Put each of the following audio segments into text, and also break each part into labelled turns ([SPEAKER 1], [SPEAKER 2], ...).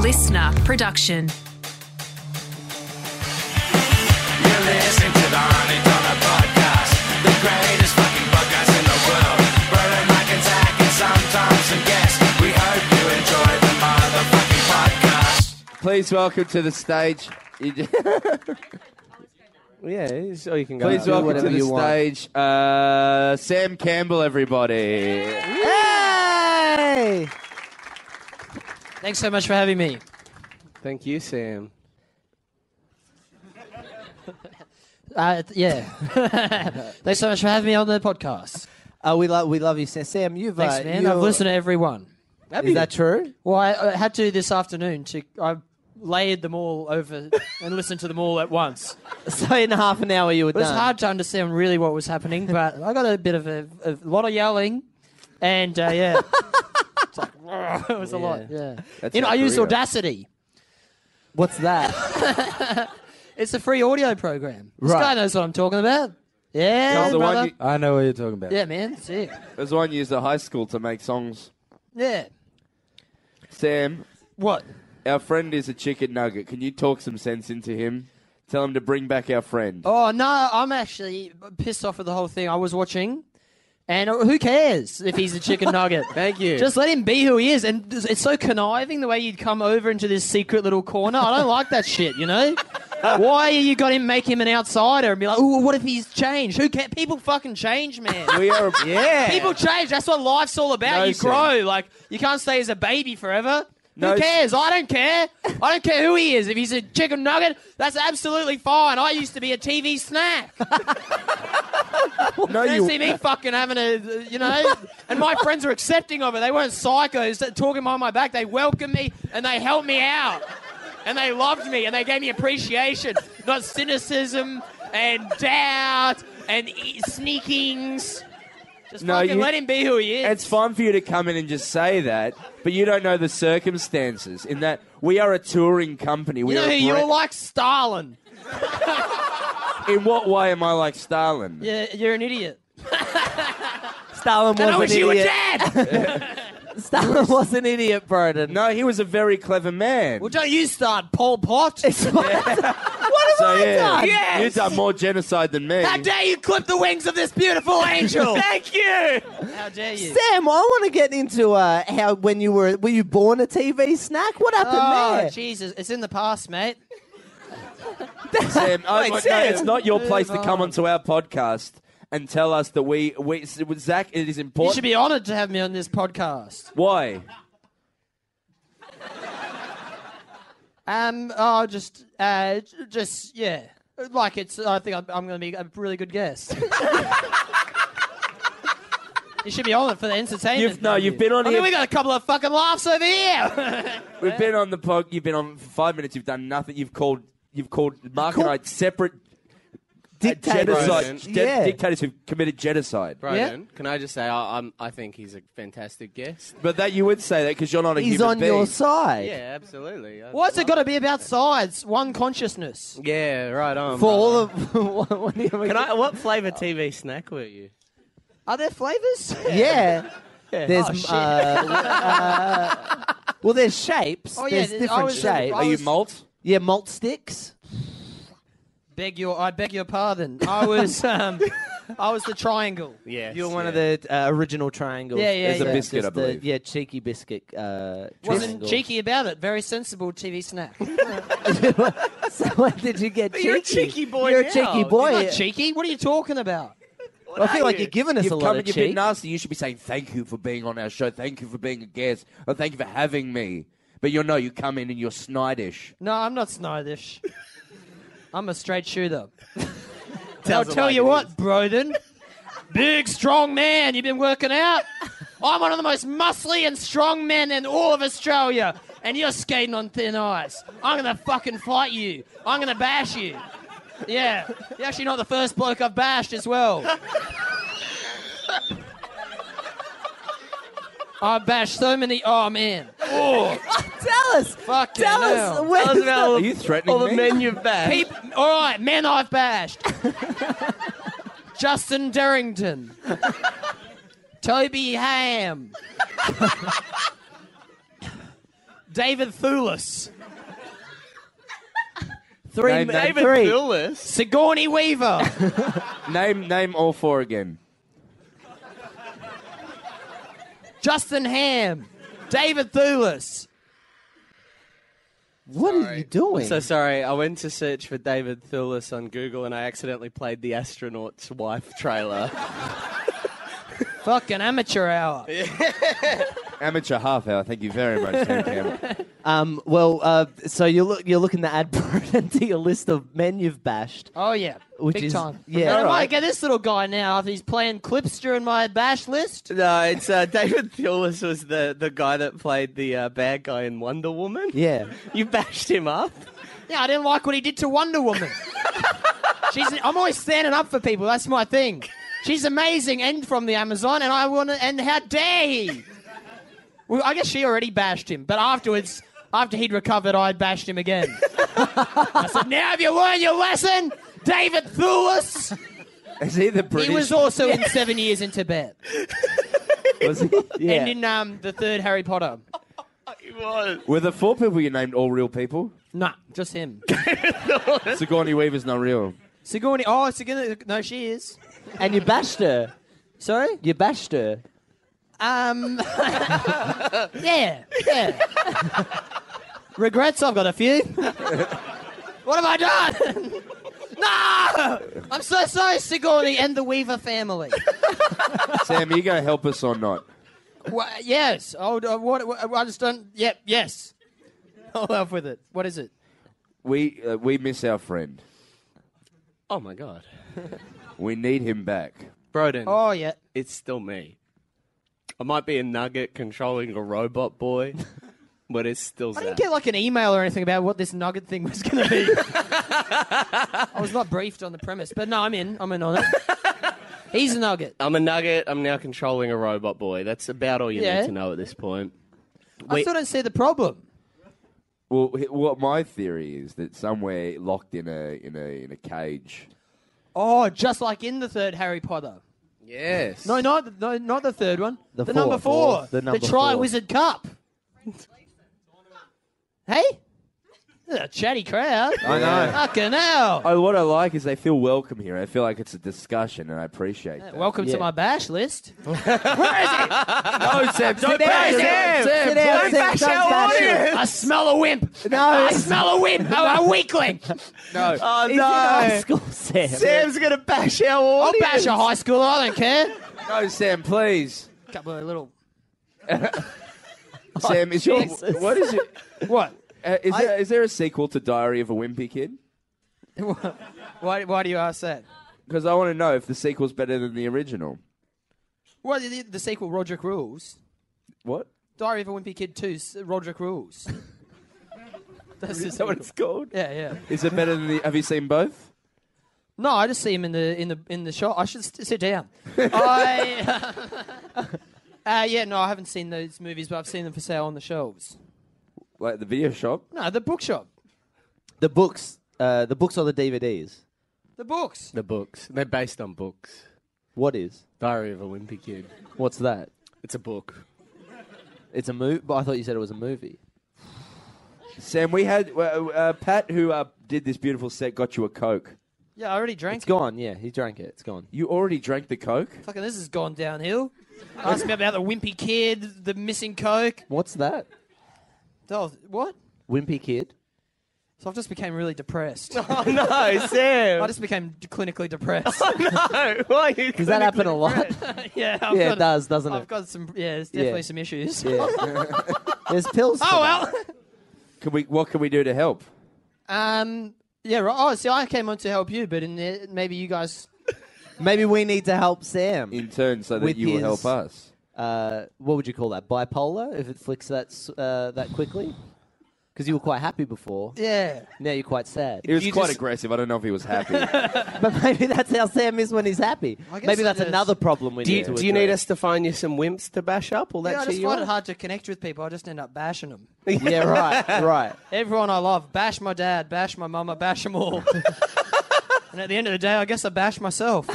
[SPEAKER 1] listener production.
[SPEAKER 2] You listen to the Honey Dollar Podcast, the greatest fucking podcast in the world. Brian McIntyre and Sam Thompson guest. We hope you enjoy the motherfucking podcast.
[SPEAKER 3] Please welcome to the stage. You j-
[SPEAKER 4] Yeah, it's- oh, you can go.
[SPEAKER 3] Please
[SPEAKER 4] Do
[SPEAKER 3] welcome
[SPEAKER 4] whatever
[SPEAKER 3] to the
[SPEAKER 4] you want.
[SPEAKER 3] stage, uh, Sam Campbell, everybody.
[SPEAKER 4] Hey!
[SPEAKER 5] Thanks so much for having me.
[SPEAKER 4] Thank you, Sam.
[SPEAKER 5] Uh, th- yeah. Thanks so much for having me on the podcast.
[SPEAKER 6] Uh, we love we love you, Sam. Sam you've
[SPEAKER 5] Thanks,
[SPEAKER 6] uh,
[SPEAKER 5] man.
[SPEAKER 6] you're-
[SPEAKER 5] I've listened to everyone.
[SPEAKER 6] Is that true?
[SPEAKER 5] Well, I, I had to this afternoon. To I layered them all over and listened to them all at once.
[SPEAKER 6] So in half an hour you were
[SPEAKER 5] It was
[SPEAKER 6] done.
[SPEAKER 5] hard to understand really what was happening, but I got a bit of a, a lot of yelling, and uh, yeah, It's like, it was a lot. Yeah,
[SPEAKER 3] That's
[SPEAKER 5] you know,
[SPEAKER 3] our
[SPEAKER 5] I used
[SPEAKER 3] career.
[SPEAKER 5] Audacity.
[SPEAKER 6] What's that?
[SPEAKER 5] It's a free audio program. This
[SPEAKER 6] Right.
[SPEAKER 5] guy knows what I'm talking about. Yeah,
[SPEAKER 3] Oh, the
[SPEAKER 5] brother.
[SPEAKER 3] one you,
[SPEAKER 7] I know what you're talking about.
[SPEAKER 5] yeah, man. Sick.
[SPEAKER 3] there's one used at high school to make songs.
[SPEAKER 5] Yeah.
[SPEAKER 3] Sam,
[SPEAKER 5] What?
[SPEAKER 3] our friend is a chicken nugget. Can you talk some sense into him? Tell him to bring back our friend.
[SPEAKER 5] Oh no, I'm actually pissed off at the whole thing. I was watching, and uh, who cares if he's a chicken nugget?
[SPEAKER 4] Thank you.
[SPEAKER 5] Just let him be who he is, and it's so conniving the way you'd come over into this secret little corner. I don't like that shit, you know. Why you got him make him an outsider and be like, "Ooh, what if he's changed? Who cares? People fucking change, man.
[SPEAKER 3] We are
[SPEAKER 4] Yeah.
[SPEAKER 5] People change. That's what life's all about.
[SPEAKER 3] No,
[SPEAKER 5] you
[SPEAKER 3] sir.
[SPEAKER 5] grow. Like you can't stay as a baby forever.
[SPEAKER 3] No,
[SPEAKER 5] who cares? I don't care. I don't care who he is. If he's a chicken nugget, that's absolutely fine. I used to be a TV snack.
[SPEAKER 3] no,
[SPEAKER 5] You don't see
[SPEAKER 3] you,
[SPEAKER 5] me fucking having a, you know, and my friends were accepting of it. They weren't psychos that talking behind my back. They welcomed me and they helped me out. And they loved me and they gave me appreciation, not cynicism and doubt and e- sneakings. Just
[SPEAKER 3] No,
[SPEAKER 5] fucking
[SPEAKER 3] you-
[SPEAKER 5] let him be who he is.
[SPEAKER 3] it's fine for you to come in and just say that, but you don't know the circumstances. In that we are a touring company. We
[SPEAKER 5] You know
[SPEAKER 3] are
[SPEAKER 5] who
[SPEAKER 3] a
[SPEAKER 5] you're
[SPEAKER 3] brand-
[SPEAKER 5] like? Stalin.
[SPEAKER 3] In what way am I like Stalin?
[SPEAKER 5] Yeah, you're an idiot.
[SPEAKER 6] Stalin
[SPEAKER 5] And I
[SPEAKER 6] was
[SPEAKER 5] wish
[SPEAKER 6] an
[SPEAKER 5] you were
[SPEAKER 6] idiot.
[SPEAKER 5] dead.
[SPEAKER 6] Stalin was an idiot, Broden.
[SPEAKER 3] No, he was a very clever man.
[SPEAKER 5] well, don't you start, Pol Pot.
[SPEAKER 3] so yeah,
[SPEAKER 6] done?
[SPEAKER 5] Yes!
[SPEAKER 3] you've done more genocide than me.
[SPEAKER 5] How dare you clip the wings of this beautiful angel? Thank you. How dare you?
[SPEAKER 6] Sam, I want to get into uh, how when you were were you born a TV snack? What happened
[SPEAKER 5] Oh,
[SPEAKER 6] there?
[SPEAKER 5] Jesus. It's in the past, mate.
[SPEAKER 3] Sam, oh,
[SPEAKER 6] Wait,
[SPEAKER 3] my- no,
[SPEAKER 6] Sam.
[SPEAKER 3] it's not your place to
[SPEAKER 5] Move
[SPEAKER 3] come
[SPEAKER 5] on.
[SPEAKER 3] onto our podcast and tell us that we, we it was Zach. It is
[SPEAKER 5] You
[SPEAKER 3] important.
[SPEAKER 5] should be honoured to have me on this podcast.
[SPEAKER 3] Why?
[SPEAKER 5] Um, oh, just, uh, j- just, yeah. Like, it's, I think I'm, I'm going to be a really good guest. you should be honoured for the entertainment.
[SPEAKER 3] You've, no,
[SPEAKER 5] value.
[SPEAKER 3] you've been on
[SPEAKER 5] I
[SPEAKER 3] here.
[SPEAKER 5] mean, we got a couple of fucking laughs over here.
[SPEAKER 3] We've been on the pod. You've been on for five minutes. You've done nothing. You've called. You've called Mark and I separate uh,
[SPEAKER 6] Dictators.
[SPEAKER 3] genocide
[SPEAKER 4] Brian.
[SPEAKER 3] gen-
[SPEAKER 6] Yeah.
[SPEAKER 3] dictators who've committed genocide.
[SPEAKER 4] Broden,
[SPEAKER 5] Yeah.
[SPEAKER 4] can I just say I, I'm, I think he's a fantastic guest.
[SPEAKER 3] But that you would say that because you're not a
[SPEAKER 6] He's
[SPEAKER 3] human
[SPEAKER 6] on
[SPEAKER 3] being.
[SPEAKER 6] your side.
[SPEAKER 4] Yeah, absolutely. I
[SPEAKER 5] What's it
[SPEAKER 4] love-
[SPEAKER 5] got to be about sides? One consciousness.
[SPEAKER 4] Yeah, right on.
[SPEAKER 6] For all
[SPEAKER 4] brother.
[SPEAKER 6] of what do you mean?
[SPEAKER 4] Can I? What flavour TV snack were you?
[SPEAKER 5] Are there flavours?
[SPEAKER 6] Yeah. There's
[SPEAKER 5] Oh, shit.
[SPEAKER 6] uh, uh, well, there's shapes.
[SPEAKER 5] Oh, yeah,
[SPEAKER 6] there's
[SPEAKER 5] th- I
[SPEAKER 6] different
[SPEAKER 5] was-
[SPEAKER 6] shapes.
[SPEAKER 5] I
[SPEAKER 3] Are you
[SPEAKER 5] was-
[SPEAKER 3] malt?
[SPEAKER 6] yeah, malt sticks.
[SPEAKER 5] Beg your, I beg your pardon. I was, um, I was the triangle.
[SPEAKER 4] Yes.
[SPEAKER 6] You're one of the uh, original triangles.
[SPEAKER 5] Yeah, yeah, There's a yeah.
[SPEAKER 3] biscuit,
[SPEAKER 6] Just
[SPEAKER 3] I believe.
[SPEAKER 6] The, yeah, cheeky biscuit. Uh,
[SPEAKER 5] Wasn't
[SPEAKER 6] triangle.
[SPEAKER 5] cheeky about it. Very sensible TV snack.
[SPEAKER 6] so when did you get cheeky?
[SPEAKER 4] you're a cheeky boy
[SPEAKER 6] You're a
[SPEAKER 4] now.
[SPEAKER 6] cheeky
[SPEAKER 4] You're
[SPEAKER 6] boy.
[SPEAKER 5] Not cheeky. What are you talking about?
[SPEAKER 6] I feel
[SPEAKER 4] are
[SPEAKER 6] like
[SPEAKER 4] you?
[SPEAKER 6] you're giving us
[SPEAKER 3] You've
[SPEAKER 6] a
[SPEAKER 3] come
[SPEAKER 6] lot of
[SPEAKER 3] and you've been
[SPEAKER 6] cheek.
[SPEAKER 3] nasty. You should be saying thank you for being on our show. Thank you for being a guest. Or thank you for having me. But you know, you come in and you're snidish.
[SPEAKER 5] No, I'm not snidish. I'm a straight shooter. I'll
[SPEAKER 4] Tells it
[SPEAKER 5] tell
[SPEAKER 4] like
[SPEAKER 5] you
[SPEAKER 4] it
[SPEAKER 5] what,
[SPEAKER 4] is.
[SPEAKER 5] Broden. Big, strong man. You've been working out. I'm one of the most muscly and strong men in all of Australia. And you're skating on thin ice. I'm going to fucking fight you. I'm going to bash you. Yeah. You're actually not the first bloke I've bashed as well. I bashed so many. Oh, man.
[SPEAKER 6] Tell us.
[SPEAKER 5] Fucking
[SPEAKER 6] Tell us.
[SPEAKER 5] hell.
[SPEAKER 6] Where's the-
[SPEAKER 3] Are you threatening me?
[SPEAKER 4] you've bagged.
[SPEAKER 5] Peep, all right, men I've bashed. Justin Derrington. Toby Ham. David Thewlis,
[SPEAKER 6] Three,
[SPEAKER 3] Name
[SPEAKER 6] mi-
[SPEAKER 3] that.
[SPEAKER 4] David
[SPEAKER 6] three.
[SPEAKER 4] Thewlis.
[SPEAKER 5] Sigourney Weaver,
[SPEAKER 3] Name name all four again.
[SPEAKER 5] Justin Ham, David Thewlis.
[SPEAKER 6] What are you doing?
[SPEAKER 4] So sorry, I went to search for David Thewlis on Google and I accidentally played the astronaut's wife trailer.
[SPEAKER 5] Fucking amateur hour.
[SPEAKER 3] Amateur half hour. Thank you very much, Sam Campbell.
[SPEAKER 6] um, well, uh, so you're look, you're looking to add Burden to your list of men you've bashed.
[SPEAKER 5] Oh yeah,
[SPEAKER 6] Which
[SPEAKER 5] big
[SPEAKER 6] is-
[SPEAKER 5] time.
[SPEAKER 6] yeah,
[SPEAKER 5] and I
[SPEAKER 6] alright.
[SPEAKER 5] might get this little guy now after he's playing clips during my bash list.
[SPEAKER 4] no, it's uh, David Thewlis was the, the guy that played the uh, bad guy in Wonder Woman.
[SPEAKER 6] Yeah.
[SPEAKER 4] You bashed him up.
[SPEAKER 5] Yeah, I didn't like what he did to Wonder Woman. She's. I'm always standing up for people. That's my thing. She's amazing and from the Amazon, and I want to. And how dare he? Well, I guess she already bashed him, but afterwards, after he'd recovered, I bashed him again. I said, "Now have you learned your lesson, David Thewlis?
[SPEAKER 3] Is he the British?
[SPEAKER 5] He was also in Seven Years in Tibet,
[SPEAKER 6] Was he? Yeah.
[SPEAKER 5] and in um, the third Harry Potter.
[SPEAKER 4] He was.
[SPEAKER 3] Were the four people you named all real people?
[SPEAKER 5] Nah, just him.
[SPEAKER 3] Sigourney Weaver's not real.
[SPEAKER 5] Sigourney. Oh, Sigourney. No, she is.
[SPEAKER 6] and you bashed her.
[SPEAKER 5] Sorry.
[SPEAKER 6] You bashed her.
[SPEAKER 5] Um. yeah. Yeah. Regrets? I've got a few. what have I done? no! I'm so sorry, Sigourney and the Weaver family.
[SPEAKER 3] Sam, you gonna help us or not?
[SPEAKER 5] Wha yes. Oh, uh, what, what, I just don't. Yep. Yes. I'll help with it. What is it?
[SPEAKER 3] We uh, we miss our friend.
[SPEAKER 4] Oh my god.
[SPEAKER 3] We need him back.
[SPEAKER 4] Broden,
[SPEAKER 5] Oh, yeah.
[SPEAKER 4] it's still me. I might be a nugget controlling a robot boy, but it's still
[SPEAKER 5] I didn't
[SPEAKER 4] Zach.
[SPEAKER 5] get like an email or anything about what this nugget thing was going to be. I was not briefed on the premise, but no, I'm in. I'm in on it. He's a nugget.
[SPEAKER 4] I'm a nugget. I'm now controlling a robot boy. That's about all you
[SPEAKER 5] Yeah.
[SPEAKER 4] need to know at this point.
[SPEAKER 5] I
[SPEAKER 4] Wait.
[SPEAKER 5] still don't see the problem.
[SPEAKER 3] Well, h- what my theory is that somewhere locked in a in a in a cage.
[SPEAKER 5] Oh, just like in the third Harry Potter.
[SPEAKER 4] Yes.
[SPEAKER 5] No, not no, not the third one.
[SPEAKER 6] The
[SPEAKER 5] The, number
[SPEAKER 6] fourth.
[SPEAKER 5] four.
[SPEAKER 6] The number four.
[SPEAKER 5] Triwizard Cup. hey, This is a chatty crowd.
[SPEAKER 3] I know.
[SPEAKER 5] Fucking hell!
[SPEAKER 3] Oh, what I like is they feel welcome here. I feel like it's a discussion, and I appreciate that.
[SPEAKER 5] Welcome
[SPEAKER 6] Yeah.
[SPEAKER 5] to my bash list.
[SPEAKER 3] no, Sam, don't bash
[SPEAKER 5] bash him.
[SPEAKER 3] Sam.
[SPEAKER 6] Sit down, Sam.
[SPEAKER 4] bash
[SPEAKER 6] Don't
[SPEAKER 4] our
[SPEAKER 6] bash her.
[SPEAKER 4] audience.
[SPEAKER 5] I smell a wimp.
[SPEAKER 6] No,
[SPEAKER 5] I
[SPEAKER 6] he's-
[SPEAKER 5] smell a wimp. Oh, a weakling.
[SPEAKER 3] No,
[SPEAKER 4] Oh
[SPEAKER 6] he's in high
[SPEAKER 4] no.
[SPEAKER 6] school, Sam.
[SPEAKER 4] Sam's gonna bash our
[SPEAKER 5] I'll
[SPEAKER 4] audience.
[SPEAKER 5] bash a high schooler. I don't care.
[SPEAKER 3] no, Sam, please.
[SPEAKER 5] Couple of little
[SPEAKER 3] Sam, is your
[SPEAKER 6] Jesus.
[SPEAKER 3] what is it?
[SPEAKER 5] what?
[SPEAKER 3] Uh, is, there, is there a sequel to Diary of a Wimpy Kid?
[SPEAKER 5] Why? Why do you ask that?
[SPEAKER 3] Because I want to know if the sequel's better than the original.
[SPEAKER 5] Well, the, the sequel, Roderick Rules.
[SPEAKER 3] What?
[SPEAKER 5] Diary of a Wimpy Kid 2, 's Roderick Rules. That's
[SPEAKER 3] Is that what it's called?
[SPEAKER 5] Yeah, yeah.
[SPEAKER 3] Is it better than the? Have you seen both?
[SPEAKER 5] No, I just see him in the in the in the shot. I should st- sit down. I, uh, yeah, no, I haven't seen those movies, but I've seen them for sale on the shelves.
[SPEAKER 3] Like the video shop?
[SPEAKER 5] No, the bookshop,
[SPEAKER 6] The books. Uh, the books or the DVDs.
[SPEAKER 5] the books.
[SPEAKER 4] The books. They're based on books.
[SPEAKER 6] What is?
[SPEAKER 4] Diary of a Wimpy Kid.
[SPEAKER 6] What's that?
[SPEAKER 4] It's a book.
[SPEAKER 6] It's a movie. But I thought you said it was a movie.
[SPEAKER 3] Sam, we had uh, uh, Pat, who uh, did this beautiful set, got you a Coke.
[SPEAKER 5] Yeah, I already drank.
[SPEAKER 6] It's gone. Yeah, he drank it. It's gone.
[SPEAKER 3] You already drank the Coke?
[SPEAKER 5] Fucking, this has gone downhill. Ask me about the wimpy kid, the missing coke.
[SPEAKER 6] What's that?
[SPEAKER 5] Oh, what?
[SPEAKER 6] Wimpy kid.
[SPEAKER 5] So I've just became really depressed.
[SPEAKER 4] Oh no,
[SPEAKER 5] I
[SPEAKER 4] Sam.
[SPEAKER 5] just became clinically depressed.
[SPEAKER 4] no. Why are you
[SPEAKER 6] Does that happen a lot?
[SPEAKER 5] yeah, I've
[SPEAKER 6] yeah,
[SPEAKER 5] got,
[SPEAKER 6] it does, doesn't
[SPEAKER 5] I've
[SPEAKER 6] it?
[SPEAKER 5] got some. Yeah, there's definitely some issues.
[SPEAKER 6] Yeah. There's pills. for
[SPEAKER 5] Oh
[SPEAKER 6] that.
[SPEAKER 5] well.
[SPEAKER 3] Can we? What can we do to help?
[SPEAKER 5] Um. Yeah. Right. Oh, see, I came on to help you, but in the, maybe you guys.
[SPEAKER 6] Maybe we need to help Sam.
[SPEAKER 3] In turn, so that
[SPEAKER 6] With
[SPEAKER 3] you will
[SPEAKER 6] his-
[SPEAKER 3] help us.
[SPEAKER 6] Uh, what would you call that? Bipolar? If it flicks that s- uh, that quickly? Because you were quite happy before.
[SPEAKER 5] Yeah.
[SPEAKER 6] Now you're quite sad.
[SPEAKER 3] He was
[SPEAKER 5] you
[SPEAKER 3] quite
[SPEAKER 5] just-
[SPEAKER 3] aggressive. I don't know if he was happy.
[SPEAKER 6] But maybe that's how Sam is when he's happy.
[SPEAKER 5] I guess
[SPEAKER 6] Maybe that's
[SPEAKER 5] it is.
[SPEAKER 6] another problem we
[SPEAKER 4] Do you,
[SPEAKER 6] need to
[SPEAKER 4] do you need
[SPEAKER 6] address.
[SPEAKER 4] us to find you some wimps to bash up? All that
[SPEAKER 5] yeah, I
[SPEAKER 4] shit
[SPEAKER 5] just
[SPEAKER 4] you
[SPEAKER 5] find it
[SPEAKER 4] want?
[SPEAKER 5] hard to connect with people. I just end up bashing them.
[SPEAKER 6] Yeah, right, right.
[SPEAKER 5] Everyone I love, bash my dad, bash my mum, I bash them all. and at the end of the day, I guess I bash myself.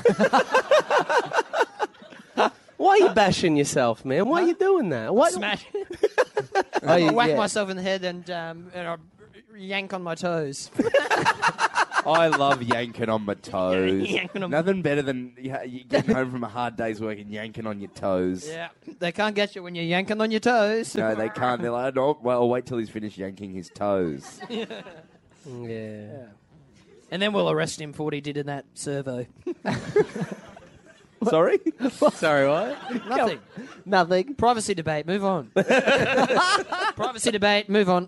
[SPEAKER 4] Why are you bashing yourself, man? Why are you doing that? What?
[SPEAKER 5] Smash.
[SPEAKER 6] Oh, yeah,
[SPEAKER 5] whack
[SPEAKER 6] yeah.
[SPEAKER 5] myself in the head and, um, and I yank on my toes.
[SPEAKER 3] I love yanking on my toes.
[SPEAKER 5] Yanking on-
[SPEAKER 3] Nothing better than you you getting home from a hard day's work and yanking on your toes.
[SPEAKER 5] yeah, they can't get you when you're yanking on your toes.
[SPEAKER 3] No, they can't. They're like, "Oh, no, well, wait till he's finished yanking his toes.
[SPEAKER 4] Yeah.
[SPEAKER 5] And then we'll arrest him for what he did in that servo.
[SPEAKER 3] Sorry?
[SPEAKER 4] Sorry, what?
[SPEAKER 5] Nothing.
[SPEAKER 6] Nothing.
[SPEAKER 5] Privacy debate. Move on. privacy debate. Move on.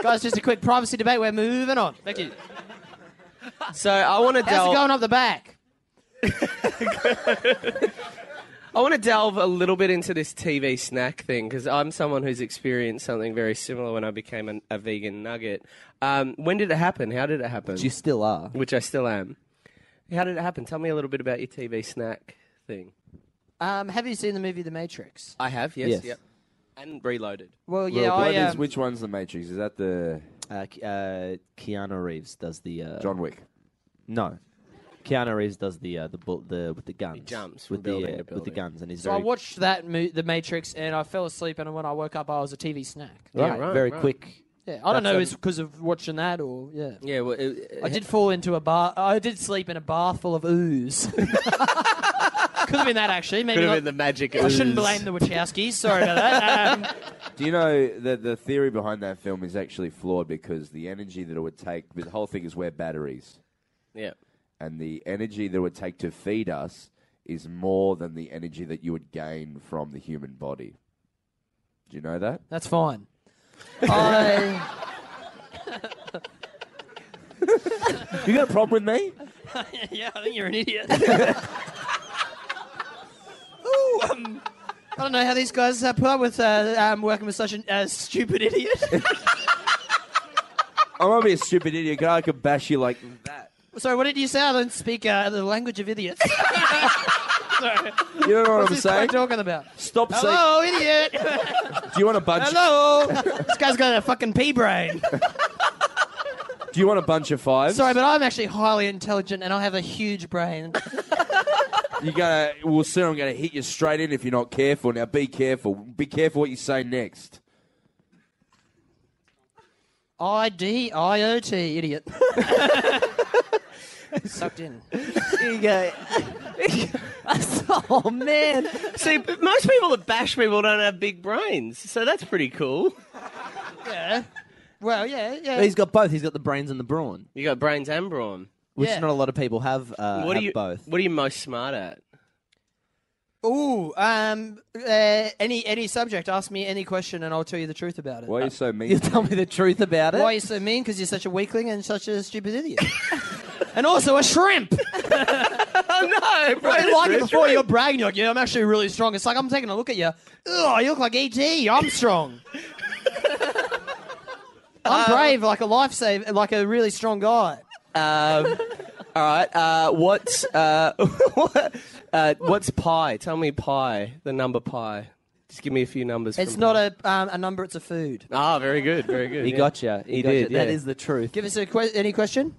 [SPEAKER 5] Guys, just a quick privacy debate. We're moving on. Thank you.
[SPEAKER 4] So I want to
[SPEAKER 5] How's it
[SPEAKER 4] delve.
[SPEAKER 5] going up the back?
[SPEAKER 4] I want to delve a little bit into this TV snack thing because I'm someone who's experienced something very similar when I became an, a vegan nugget. Um, when did it happen? How did it happen?
[SPEAKER 6] You still are.
[SPEAKER 4] Which I still am. How did it happen? Tell me a little bit about your TV snack thing.
[SPEAKER 5] Um, have you seen the movie The Matrix?
[SPEAKER 4] I have, yes,
[SPEAKER 6] Yes.
[SPEAKER 4] yep. And reloaded.
[SPEAKER 5] Well, yeah,
[SPEAKER 3] Well, what
[SPEAKER 5] I
[SPEAKER 3] is-
[SPEAKER 5] um,
[SPEAKER 3] which one's the Matrix? Is that the
[SPEAKER 6] Uh, Ke- uh, Keanu Reeves does the. Uh,
[SPEAKER 3] John Wick?
[SPEAKER 6] No. Keanu Reeves does the uh, the bull the with the guns.
[SPEAKER 4] jumps from
[SPEAKER 6] with the
[SPEAKER 4] building
[SPEAKER 6] uh,
[SPEAKER 4] to
[SPEAKER 6] with the
[SPEAKER 4] building.
[SPEAKER 6] guns, and he's
[SPEAKER 5] So I
[SPEAKER 6] very
[SPEAKER 5] watched that mo- The Matrix, and I fell asleep, and when I woke up, I was a TV snack.
[SPEAKER 6] right,
[SPEAKER 4] Yeah, right,
[SPEAKER 6] very
[SPEAKER 4] right.
[SPEAKER 6] quick.
[SPEAKER 5] Yeah, I don't know,
[SPEAKER 4] um,
[SPEAKER 5] it's because of watching that, or yeah.
[SPEAKER 4] Yeah, well, it,
[SPEAKER 5] I did fall into a bar. I did sleep in a bath full of ooze. Could have been that actually. Maybe
[SPEAKER 4] could have
[SPEAKER 5] not-
[SPEAKER 4] been the magic.
[SPEAKER 5] I shouldn't blame the Wachowskis. Sorry about that. Um,
[SPEAKER 3] Do you know that the theory behind that film is actually flawed because the energy that it would take, the whole thing is we're batteries,
[SPEAKER 4] Yeah.
[SPEAKER 3] and the energy that it would take to feed us is more than the energy that you would gain from the human body. Do you know that?
[SPEAKER 5] that's fine. I,
[SPEAKER 3] You got a problem with me?
[SPEAKER 5] yeah, I think you're an idiot. Ooh, um, I don't know how these guys uh, put up with uh, um, working with such a uh, stupid idiot.
[SPEAKER 3] I might be a stupid idiot, but I could bash you like that.
[SPEAKER 5] Sorry, what did you say? I don't speak uh, the language of idiots. Sorry.
[SPEAKER 3] You know what
[SPEAKER 5] What's
[SPEAKER 3] I'm
[SPEAKER 5] this guy
[SPEAKER 3] saying?
[SPEAKER 5] talking about?
[SPEAKER 3] Stop saying.
[SPEAKER 5] Hello, idiot.
[SPEAKER 3] Do you want a bunch?
[SPEAKER 5] Hello. this guy's got a fucking pea brain.
[SPEAKER 3] Do you want a bunch of fives?
[SPEAKER 5] Sorry, but I'm actually highly intelligent and I have a huge brain.
[SPEAKER 3] You gotta. Well, soon I'm gonna hit you straight in if you're not careful. Now, be careful. Be careful what you say next.
[SPEAKER 5] I D I O T, idiot. Sucked in.
[SPEAKER 6] oh man!
[SPEAKER 4] See, but most people that bash people don't have big brains, so that's pretty cool.
[SPEAKER 5] Yeah. Well, yeah, yeah.
[SPEAKER 6] he's got both. He's got the brains and the brawn,
[SPEAKER 4] You got brains and brawn.
[SPEAKER 6] which
[SPEAKER 5] Yeah.
[SPEAKER 6] not a lot of people have. Uh,
[SPEAKER 4] What
[SPEAKER 6] have
[SPEAKER 4] are you?
[SPEAKER 6] both?
[SPEAKER 4] What are you most smart at?
[SPEAKER 5] Ooh, um, uh, any any subject, ask me any question and I'll tell you the truth about it.
[SPEAKER 3] Why are you so
[SPEAKER 6] You
[SPEAKER 3] mean?
[SPEAKER 6] tell me the truth about it.
[SPEAKER 5] Why are you so mean? Because you're such a weakling and such a stupid idiot. and also a shrimp.
[SPEAKER 4] Oh no,
[SPEAKER 5] I didn't like it before. You're bragging. You're like, yeah, I'm actually really strong. It's like, I'm taking a look at you. Ugh, you look like E.T. I'm strong. I'm brave, like a lifesaver, like a really strong guy.
[SPEAKER 4] All right. Uh, what's uh, what, uh, what's pi? Tell me pi. The number pi. Just give me a few numbers.
[SPEAKER 5] It's not a, um, a number, it's a food.
[SPEAKER 4] Ah, very good, very good.
[SPEAKER 6] He
[SPEAKER 4] yeah.
[SPEAKER 6] gotcha. He,
[SPEAKER 4] He
[SPEAKER 6] gotcha.
[SPEAKER 4] did,
[SPEAKER 6] That
[SPEAKER 4] yeah.
[SPEAKER 6] is the truth.
[SPEAKER 5] Give us a que- any question.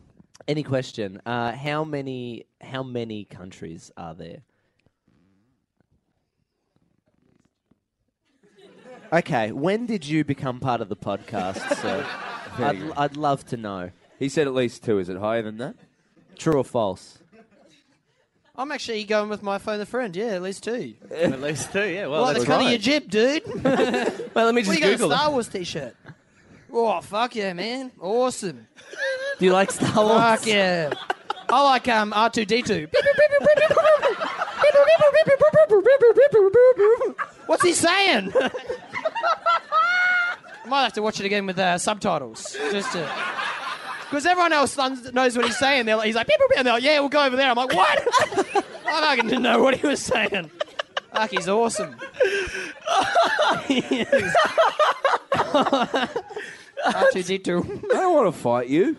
[SPEAKER 6] Any question? Uh, how many? How many countries are there? Okay. When did you become part of the podcast? So I'd, I'd love to know.
[SPEAKER 3] He said at least two. Is it higher than that?
[SPEAKER 6] True or false?
[SPEAKER 5] I'm actually going with my phone, the friend. Yeah, at least two.
[SPEAKER 4] At least two. Yeah. Well,
[SPEAKER 5] Well, that's
[SPEAKER 4] that's
[SPEAKER 5] kind
[SPEAKER 4] right.
[SPEAKER 5] of your jib, dude. what
[SPEAKER 4] Well, let me
[SPEAKER 5] do
[SPEAKER 4] just
[SPEAKER 5] you got a
[SPEAKER 4] Google. it.
[SPEAKER 5] Star Wars T-shirt? Oh fuck yeah, man! Awesome.
[SPEAKER 6] Do you like Star Wars?
[SPEAKER 5] Fuck yeah. I like um R2D2. What's he saying? Might have to watch it again with uh, subtitles, just to. Because everyone else un- knows what he's saying. They're like, he's like, "Beep, beep," and they're like, yeah, we'll go over there. I'm like, what? I fucking didn't know what he was saying. Fuck, he's awesome. R2D2.
[SPEAKER 3] I don't want to fight you.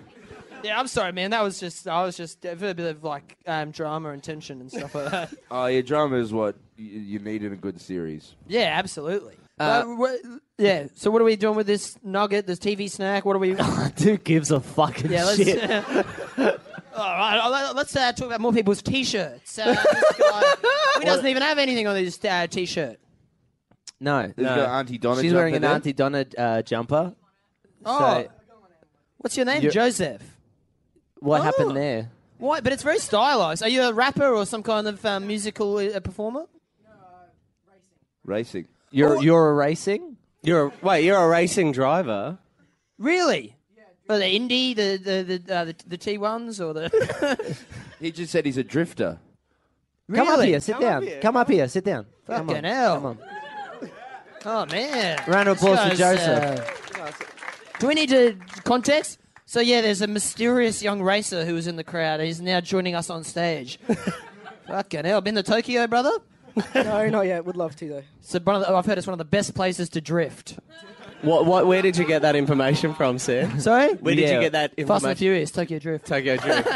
[SPEAKER 5] Yeah, I'm sorry, man. That was just I was just for a bit of like um, drama and tension and stuff like that.
[SPEAKER 3] Oh, yeah, drama is what you, you need in a good series.
[SPEAKER 5] yeah, absolutely. Uh, wha- yeah. So what are we doing with this nugget, this TV snack? What are we? yeah,
[SPEAKER 6] Who gives a fucking
[SPEAKER 5] let's.
[SPEAKER 6] shit?
[SPEAKER 5] all right, uh, let- let's uh, talk about more people's T-shirts. Uh, this guy- he doesn't even have anything on his uh, T-shirt.
[SPEAKER 6] No.
[SPEAKER 3] He's got Auntie Donna.
[SPEAKER 6] She's wearing an
[SPEAKER 3] jumper there.
[SPEAKER 6] Auntie Donna uh, jumper.
[SPEAKER 5] Oh,
[SPEAKER 6] So
[SPEAKER 5] what's your name?
[SPEAKER 6] You're-
[SPEAKER 5] Joseph.
[SPEAKER 6] what
[SPEAKER 5] Oh.
[SPEAKER 6] happened there?
[SPEAKER 5] Why? But it's very stylized. Are you a rapper or some kind of um, musical uh, performer?
[SPEAKER 3] Racing.
[SPEAKER 6] You're you're racing.
[SPEAKER 4] You're a, wait. You're a racing driver.
[SPEAKER 5] Really? Or the indie, the the the uh, the, the T ones, or the
[SPEAKER 3] He just said he's a drifter.
[SPEAKER 6] Come up
[SPEAKER 5] Really?
[SPEAKER 6] here. Sit
[SPEAKER 4] Come up
[SPEAKER 6] down.
[SPEAKER 4] here.
[SPEAKER 6] Come up here. Sit down. Come
[SPEAKER 5] fucking
[SPEAKER 6] on. Come
[SPEAKER 5] hell.
[SPEAKER 6] on.
[SPEAKER 5] Oh man!
[SPEAKER 6] Round of
[SPEAKER 5] This
[SPEAKER 6] applause for
[SPEAKER 5] guy's,
[SPEAKER 6] Joseph.
[SPEAKER 5] uh, do we need to context? So yeah, there's a mysterious young racer who was in the crowd. He's now joining us on stage. fucking hell! Been to Tokyo, brother?
[SPEAKER 1] No, not yet. Would love to though.
[SPEAKER 5] So one of the, oh, I've heard it's one of the best places to drift.
[SPEAKER 4] What? What? Where did you get that information from, Sam?
[SPEAKER 5] Sorry.
[SPEAKER 4] Where did
[SPEAKER 6] Yeah.
[SPEAKER 4] you get that
[SPEAKER 5] Fast and
[SPEAKER 4] information?
[SPEAKER 5] Furious, Tokyo Drift.
[SPEAKER 4] Tokyo Drift.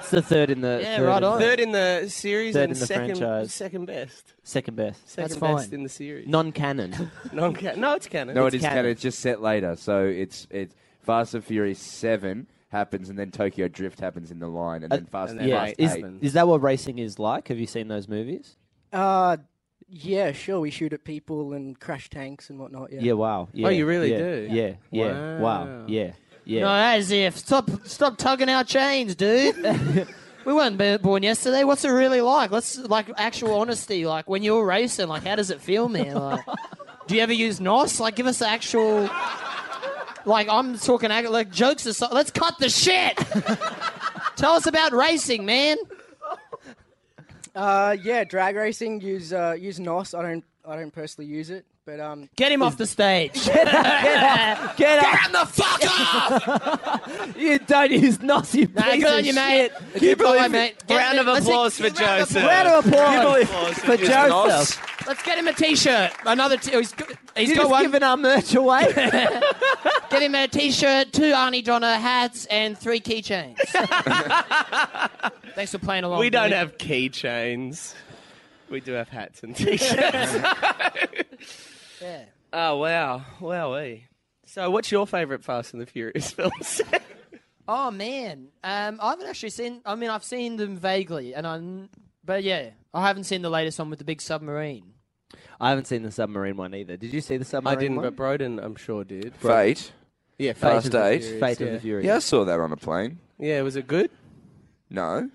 [SPEAKER 6] It's the third in the
[SPEAKER 5] Yeah,
[SPEAKER 6] third
[SPEAKER 5] right
[SPEAKER 6] in
[SPEAKER 5] on.
[SPEAKER 6] the-
[SPEAKER 4] Third in the series
[SPEAKER 6] Oh. Third
[SPEAKER 4] and
[SPEAKER 6] in the
[SPEAKER 4] second,
[SPEAKER 6] franchise.
[SPEAKER 4] second best.
[SPEAKER 6] second best.
[SPEAKER 4] Second
[SPEAKER 5] That's
[SPEAKER 4] best
[SPEAKER 5] fine.
[SPEAKER 4] in the series.
[SPEAKER 6] Non-canon.
[SPEAKER 4] non No, it's canon.
[SPEAKER 3] No,
[SPEAKER 4] it's
[SPEAKER 3] it is
[SPEAKER 6] canon.
[SPEAKER 3] canon. It's just set later. So it's it's Fast and Furious Seven happens, and then Tokyo Drift happens in the line, and
[SPEAKER 6] Uh,
[SPEAKER 3] then Fast and,
[SPEAKER 4] and
[SPEAKER 6] yeah.
[SPEAKER 4] then
[SPEAKER 3] Fast
[SPEAKER 6] Is,
[SPEAKER 3] Eight.
[SPEAKER 6] is that what racing is like? Have you seen those movies?
[SPEAKER 1] Uh, yeah, sure. We shoot at people and crash tanks and whatnot. Yeah.
[SPEAKER 6] Yeah. Wow. Yeah,
[SPEAKER 4] you really
[SPEAKER 6] yeah,
[SPEAKER 4] do?
[SPEAKER 6] Yeah. Yeah. Wow.
[SPEAKER 4] Wow.
[SPEAKER 6] Yeah. Yeah.
[SPEAKER 5] No, as if. Stop, stop tugging our chains, dude. we weren't b- born yesterday. What's it really like? Let's like actual honesty. Like when you're racing, like how does it feel, man? Like, do you ever use nos? Like, give us the actual. Like I'm talking ac- like jokes. Aside. Let's cut the shit. Tell us about racing, man.
[SPEAKER 1] Uh, yeah. Drag racing. Use uh, use NOS. I don't I don't personally use it, but um,
[SPEAKER 5] Get him off the stage.
[SPEAKER 6] Get up!
[SPEAKER 5] Get the fuck off!
[SPEAKER 6] You don't use nos, you
[SPEAKER 5] Nah,
[SPEAKER 6] piece
[SPEAKER 5] good on
[SPEAKER 6] of
[SPEAKER 5] you,
[SPEAKER 6] shit.
[SPEAKER 5] mate. Keep going, mate. Get
[SPEAKER 4] Round
[SPEAKER 5] him-
[SPEAKER 4] of
[SPEAKER 5] let's-
[SPEAKER 4] applause for Joseph.
[SPEAKER 6] Round of applause for
[SPEAKER 4] Just nos.
[SPEAKER 6] Joseph.
[SPEAKER 5] Let's get him a T-shirt. Another. T- he's got, he's
[SPEAKER 6] You've
[SPEAKER 5] got
[SPEAKER 6] just
[SPEAKER 5] one.
[SPEAKER 6] given our merch away.
[SPEAKER 5] Get him a t-shirt, two Arnie Donna hats, and three keychains. Thanks for playing along.
[SPEAKER 4] We don't
[SPEAKER 5] dude.
[SPEAKER 4] have keychains. We do have hats and t-shirts.
[SPEAKER 5] Yeah.
[SPEAKER 4] oh wow, wowee. So, what's your favourite Fast and the Furious films?
[SPEAKER 5] Oh man, um, I haven't actually seen. I mean, I've seen them vaguely, and I. But yeah, I haven't seen the latest one with the big submarine.
[SPEAKER 6] I haven't seen the submarine one either. Did you see the
[SPEAKER 4] I
[SPEAKER 6] submarine
[SPEAKER 4] didn't,
[SPEAKER 6] one?
[SPEAKER 4] but Broden, I'm sure did.
[SPEAKER 3] Fate.
[SPEAKER 4] Yeah,
[SPEAKER 3] Fast
[SPEAKER 4] Fate of the
[SPEAKER 3] Eight.
[SPEAKER 4] Furious,
[SPEAKER 6] Fate of
[SPEAKER 4] yeah.
[SPEAKER 6] the Furious.
[SPEAKER 3] Yeah, I saw that on a plane.
[SPEAKER 4] Yeah, was it good?
[SPEAKER 3] No.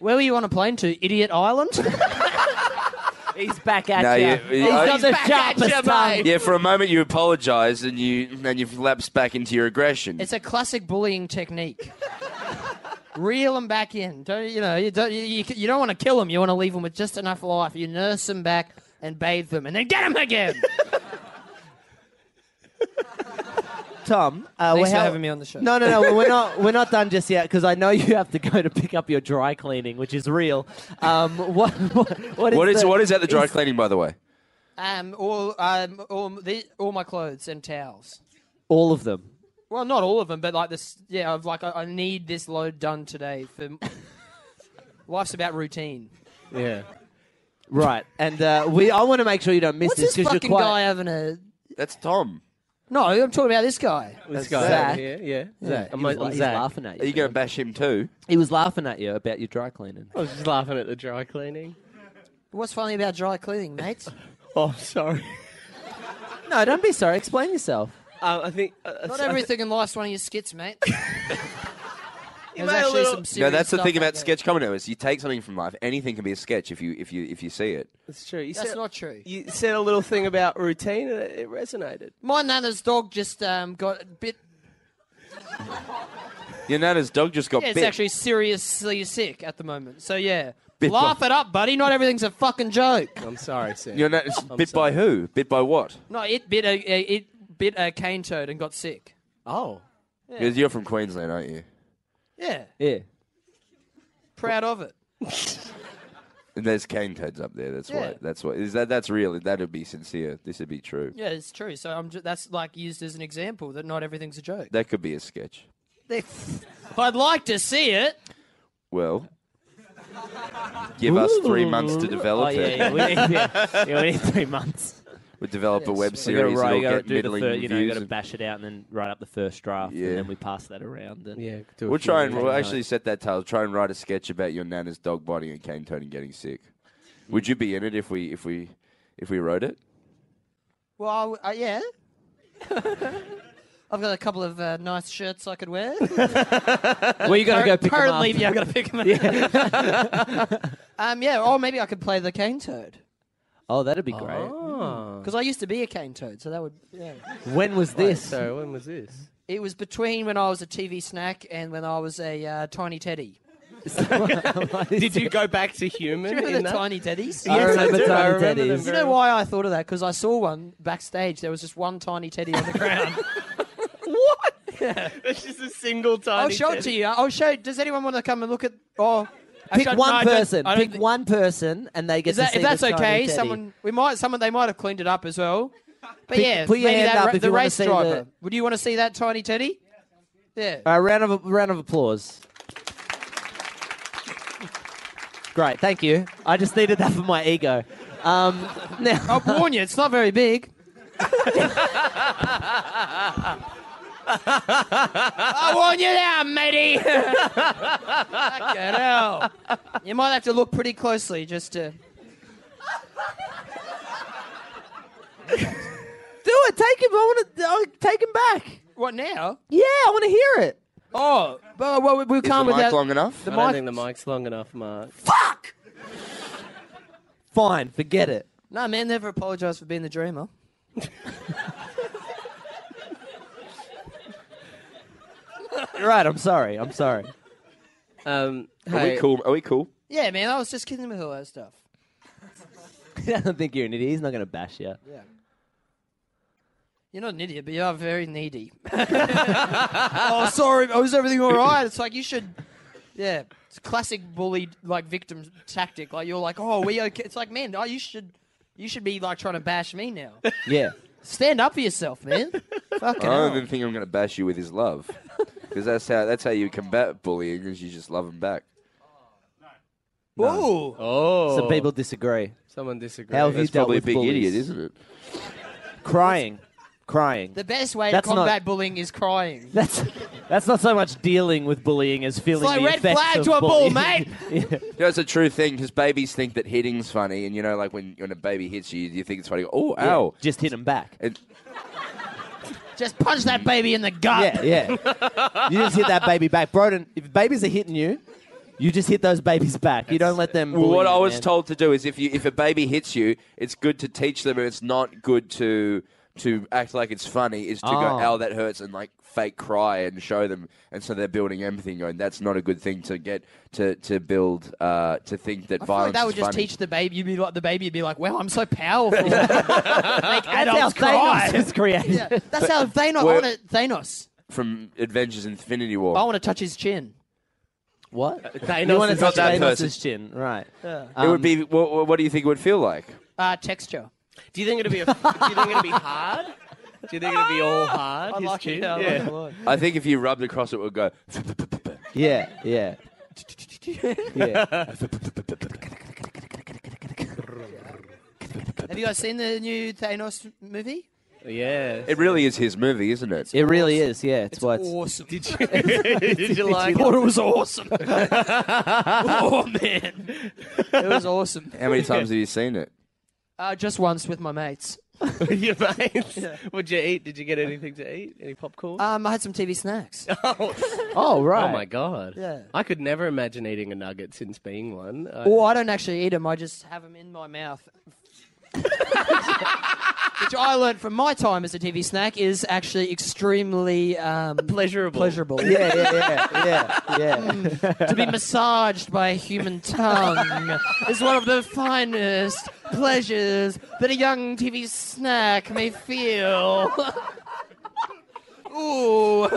[SPEAKER 5] Where were you on a plane to? Idiot Island.
[SPEAKER 6] He's back at
[SPEAKER 3] No,
[SPEAKER 6] you.
[SPEAKER 3] you-
[SPEAKER 6] He's
[SPEAKER 3] I-
[SPEAKER 6] got the
[SPEAKER 5] Back at
[SPEAKER 6] sharpest
[SPEAKER 5] ya,
[SPEAKER 6] tongue.
[SPEAKER 5] mate.
[SPEAKER 3] Yeah, for a moment you apologise and you then you lapse back into your aggression.
[SPEAKER 5] it's a classic bullying technique. Reel them back in. Don't you know? You don't. You, you, you don't want to kill them. You want to leave them with just enough life. You nurse them back and bathe them, and then get them again.
[SPEAKER 6] Tom, uh,
[SPEAKER 5] Thanks
[SPEAKER 6] we're
[SPEAKER 5] for
[SPEAKER 6] hel-
[SPEAKER 5] having me on the show.
[SPEAKER 6] No, no, no. We're not. We're not done just yet because I know you have to go to pick up your dry cleaning, which is real. Um, what, what, what is
[SPEAKER 3] what is
[SPEAKER 6] the,
[SPEAKER 3] what is at the dry cleaning, by the way?
[SPEAKER 5] Um, all um, all the, all my clothes and towels.
[SPEAKER 6] all of them?
[SPEAKER 5] Well, not all of them, but like this. Yeah, I've like I, I need this load done today. For life's about routine.
[SPEAKER 4] Yeah.
[SPEAKER 6] Right, and uh, we. I want to make sure you don't miss
[SPEAKER 5] What's
[SPEAKER 6] this
[SPEAKER 5] this
[SPEAKER 6] because you're
[SPEAKER 5] fucking
[SPEAKER 6] quite.
[SPEAKER 5] guy having a?
[SPEAKER 3] That's Tom.
[SPEAKER 5] No, I'm talking about this guy.
[SPEAKER 4] This guy
[SPEAKER 6] Zach.
[SPEAKER 4] over here, yeah.
[SPEAKER 6] Zach,
[SPEAKER 4] I'm,
[SPEAKER 6] he was,
[SPEAKER 4] I'm
[SPEAKER 6] he's
[SPEAKER 4] Zach.
[SPEAKER 6] laughing at you.
[SPEAKER 3] Are you going to bash him too?
[SPEAKER 6] He was laughing at you about your dry cleaning.
[SPEAKER 4] I was just laughing at the dry cleaning.
[SPEAKER 5] What's funny about dry cleaning, mate?
[SPEAKER 4] Oh, sorry.
[SPEAKER 6] No, don't be sorry. Explain yourself.
[SPEAKER 4] Um, I think uh,
[SPEAKER 5] Not
[SPEAKER 4] so-
[SPEAKER 5] everything in life's one of your skits, mate. There's
[SPEAKER 4] made a
[SPEAKER 5] actually
[SPEAKER 4] little-
[SPEAKER 5] some serious
[SPEAKER 3] No, that's the
[SPEAKER 5] stuff
[SPEAKER 3] thing
[SPEAKER 5] out
[SPEAKER 3] about
[SPEAKER 5] there.
[SPEAKER 3] sketch comedy. Is you take something from life. Anything can be a sketch if you if you if you see it.
[SPEAKER 4] It's true. You
[SPEAKER 5] That's
[SPEAKER 4] said,
[SPEAKER 5] not true.
[SPEAKER 4] You said a little thing about routine, and it, it resonated.
[SPEAKER 5] My nana's dog just um, got a bit.
[SPEAKER 3] Your nana's dog just got
[SPEAKER 5] Yeah, it's
[SPEAKER 3] bit.
[SPEAKER 5] actually seriously sick at the moment. So yeah,
[SPEAKER 3] Bit
[SPEAKER 5] laugh it up, buddy. Not everything's a fucking joke.
[SPEAKER 4] I'm sorry, Sam.
[SPEAKER 3] Your nana's bit by who? Bit by what?
[SPEAKER 5] No, it bit a, a it bit a cane toad and got sick.
[SPEAKER 4] oh.
[SPEAKER 3] Because You're from Queensland, aren't you?
[SPEAKER 5] Yeah,
[SPEAKER 6] Yeah.
[SPEAKER 5] proud of it.
[SPEAKER 3] And there's cane toads up there. That's
[SPEAKER 5] Yeah.
[SPEAKER 3] why. That's why. Is that that's real? That'd be sincere. This would be true.
[SPEAKER 5] Yeah, it's true. So I'm ju- that's like used as an example that not everything's a joke.
[SPEAKER 3] That could be a sketch.
[SPEAKER 5] If I'd like to see it,
[SPEAKER 3] Well, give us three months to develop
[SPEAKER 6] Oh, yeah,
[SPEAKER 3] it.
[SPEAKER 6] yeah. We need, yeah. Yeah, we need three months.
[SPEAKER 3] We develop a web
[SPEAKER 6] We gotta
[SPEAKER 3] series.
[SPEAKER 6] write-
[SPEAKER 3] It'll
[SPEAKER 6] we gotta
[SPEAKER 3] get
[SPEAKER 6] do the
[SPEAKER 3] middling
[SPEAKER 6] fir- you know, you
[SPEAKER 3] views
[SPEAKER 6] got to
[SPEAKER 3] and-
[SPEAKER 6] bash it out and then write up the first draft,
[SPEAKER 3] Yeah.
[SPEAKER 6] and then we pass that around. And
[SPEAKER 4] Yeah.
[SPEAKER 3] We'll try and we'll actually set that tale. Try and write a sketch about your nana's dog biting a cane toad and getting sick. Would you be in it if we if we if we wrote it?
[SPEAKER 5] Well, I w- uh, yeah. I've got a couple of uh, nice shirts I could wear.
[SPEAKER 6] Well, you gotta go pick 'em
[SPEAKER 5] Currently,
[SPEAKER 6] up.
[SPEAKER 5] yeah, I've got to pick them up. um, yeah, or maybe I could play the cane toad.
[SPEAKER 6] Oh, that'd be great.
[SPEAKER 5] Because I used to be a cane toad, so that would. Yeah.
[SPEAKER 6] When was this?
[SPEAKER 4] So when was this?
[SPEAKER 5] It was between when I was a TV snack and when I was a uh, tiny teddy.
[SPEAKER 4] Did you go back to human?
[SPEAKER 5] Remember the
[SPEAKER 4] in that?
[SPEAKER 5] tiny teddies?
[SPEAKER 6] I remember
[SPEAKER 4] do. I
[SPEAKER 6] Tiny
[SPEAKER 4] remember them
[SPEAKER 6] Teddies.
[SPEAKER 5] You know why I thought of that? Because I saw one backstage. There was just one tiny teddy on the ground.
[SPEAKER 4] It's just a single tiny.
[SPEAKER 5] I'll show it to you. I'll show. Does anyone want to come and look at? oh, Or
[SPEAKER 6] Pick
[SPEAKER 5] Actually,
[SPEAKER 6] one
[SPEAKER 5] no, I don't-
[SPEAKER 6] person.
[SPEAKER 5] I don't
[SPEAKER 6] Pick
[SPEAKER 5] thi-
[SPEAKER 6] one person, and they get
[SPEAKER 5] Is
[SPEAKER 6] to
[SPEAKER 5] that,
[SPEAKER 6] see
[SPEAKER 5] if that's
[SPEAKER 6] the tiny
[SPEAKER 5] okay,
[SPEAKER 6] teddy.
[SPEAKER 5] someone we might someone they might have cleaned it up as well. But
[SPEAKER 6] Pick-
[SPEAKER 5] yeah,
[SPEAKER 6] put your
[SPEAKER 5] maybe
[SPEAKER 6] hand
[SPEAKER 5] that,
[SPEAKER 6] up
[SPEAKER 5] ra-
[SPEAKER 6] if
[SPEAKER 5] the
[SPEAKER 6] you wanna
[SPEAKER 5] race
[SPEAKER 6] see
[SPEAKER 5] driver.
[SPEAKER 6] the-
[SPEAKER 5] Would you want to see that tiny teddy? Yeah.
[SPEAKER 6] Uh, round of round of applause. Great, thank you. I just needed that for my ego. Um, now,
[SPEAKER 5] I'll warn you, it's not very big. I warn you now, matey. Fucking hell. You might have to look pretty closely just to.
[SPEAKER 6] do it. Take him. I want to take him back.
[SPEAKER 5] What now?
[SPEAKER 6] Yeah, I want to hear it.
[SPEAKER 5] Oh, well, well we- we
[SPEAKER 3] Is the
[SPEAKER 5] can't
[SPEAKER 3] mic
[SPEAKER 5] without.
[SPEAKER 3] long enough?
[SPEAKER 4] I don't think the mic's long enough, Mark.
[SPEAKER 6] Fine, forget it.
[SPEAKER 5] No, man, never apologise for being the dreamer.
[SPEAKER 6] You're right. I'm sorry. I'm sorry.
[SPEAKER 4] Um,
[SPEAKER 3] Are
[SPEAKER 4] hey,
[SPEAKER 3] we cool? Are we cool?
[SPEAKER 5] Yeah, man, I was just kidding with all that stuff.
[SPEAKER 6] I don't think you're an idiot. He's not going to bash you.
[SPEAKER 5] You're not an idiot, but you are very needy. oh, sorry. Oh, is everything all right? It's like you should. Yeah, it's classic bully like victim tactic. Like you're like, oh, we okay. It's like, man, oh, you should, you should be like trying to bash me now.
[SPEAKER 6] Yeah.
[SPEAKER 5] Stand up for yourself, man. Fucking
[SPEAKER 3] I
[SPEAKER 5] hell.
[SPEAKER 3] don't even think I'm going to bash you with his love, because that's how that's how you combat bullying. Is you just love him back.
[SPEAKER 5] Ooh.
[SPEAKER 4] oh,
[SPEAKER 6] Some people disagree.
[SPEAKER 4] someone disagrees.
[SPEAKER 6] How have you
[SPEAKER 3] That's
[SPEAKER 6] dealt
[SPEAKER 3] probably a
[SPEAKER 6] with
[SPEAKER 3] big
[SPEAKER 6] bullies?
[SPEAKER 3] idiot, isn't it?
[SPEAKER 6] Crying, crying.
[SPEAKER 5] The best way
[SPEAKER 6] That's
[SPEAKER 5] to
[SPEAKER 6] not-
[SPEAKER 5] combat bullying is crying.
[SPEAKER 6] That's that's not so much dealing with bullying as feeling
[SPEAKER 5] like
[SPEAKER 6] the
[SPEAKER 5] red
[SPEAKER 6] effects
[SPEAKER 5] flag
[SPEAKER 6] of
[SPEAKER 5] to a bull,
[SPEAKER 6] bullying.
[SPEAKER 5] mate.
[SPEAKER 6] Yeah.
[SPEAKER 3] You know, it's a true thing because babies think that hitting's funny, and you know, like when when a baby hits you, you think it's funny. Oh, ow!
[SPEAKER 6] Just hit him back.
[SPEAKER 3] And
[SPEAKER 5] Just punch that baby in the gut.
[SPEAKER 6] Yeah, yeah. you just hit that baby back, Broden. If babies are hitting you, you just hit those babies back. you don't let them.
[SPEAKER 3] Well,
[SPEAKER 6] bully
[SPEAKER 3] what
[SPEAKER 6] you,
[SPEAKER 3] I was
[SPEAKER 6] man.
[SPEAKER 3] told to do is if you if a baby hits you, it's good to teach them, and it's not good to to act like it's funny. Is to go,
[SPEAKER 6] Oh.
[SPEAKER 3] "Ow, that hurts," and like fake cry and show them, and so they're building empathy. And going, that's not a good thing to get to to build uh, to think that
[SPEAKER 5] I feel
[SPEAKER 3] violence
[SPEAKER 5] like that would
[SPEAKER 3] is
[SPEAKER 5] just
[SPEAKER 3] funny.
[SPEAKER 5] teach the baby. You'd be like the baby. You'd be like, "Wow, I'm so powerful." Make
[SPEAKER 6] That's how
[SPEAKER 5] adults
[SPEAKER 6] Thanos
[SPEAKER 5] cry.
[SPEAKER 6] was created.
[SPEAKER 5] Yeah, that's how Thanos.
[SPEAKER 3] Well-
[SPEAKER 5] I want to Thanos.
[SPEAKER 3] from Adventures Infinity War.
[SPEAKER 5] I want to touch his chin.
[SPEAKER 6] What?
[SPEAKER 4] Thanos
[SPEAKER 6] you want to
[SPEAKER 4] is
[SPEAKER 6] touch
[SPEAKER 3] not that
[SPEAKER 6] Thanos'
[SPEAKER 3] person.
[SPEAKER 6] chin, right? Um,
[SPEAKER 3] it would be. What, what do you think it would feel like?
[SPEAKER 5] Uh, texture.
[SPEAKER 4] Do you think it'll be? A, do you think it'll be hard? Do you think it'll be all hard? his
[SPEAKER 5] like it,
[SPEAKER 4] chin?
[SPEAKER 5] yeah, I like it a
[SPEAKER 4] yeah.
[SPEAKER 5] lot.
[SPEAKER 3] I think if you rubbed across, it would go.
[SPEAKER 6] Yeah, yeah. yeah.
[SPEAKER 5] Have you guys seen the new Thanos movie?
[SPEAKER 4] yeah.
[SPEAKER 3] It really is his movie, isn't it?
[SPEAKER 6] It really is. Yeah, it's, why it's
[SPEAKER 5] Awesome. Did you?
[SPEAKER 4] Did you like?
[SPEAKER 5] thought it was awesome. oh man, it was awesome.
[SPEAKER 3] How many times have you seen it?
[SPEAKER 5] Uh, just once with my mates.
[SPEAKER 4] with your mates? What'd you eat? Did you get anything to eat? Any popcorn?
[SPEAKER 5] Um, I had some TV snacks.
[SPEAKER 6] Oh right.
[SPEAKER 4] oh my god!
[SPEAKER 5] Yeah.
[SPEAKER 4] I could never imagine eating a nugget since being one. I,
[SPEAKER 5] Well, I don't actually eat them. I just have them in my mouth. Which I learned from my time as a TV snack is actually extremely um,
[SPEAKER 4] pleasurable.
[SPEAKER 5] pleasurable.
[SPEAKER 6] Yeah, yeah, yeah, yeah, yeah.
[SPEAKER 5] to be massaged by a human tongue is one of the finest pleasures that a young TV snack may feel. Ooh.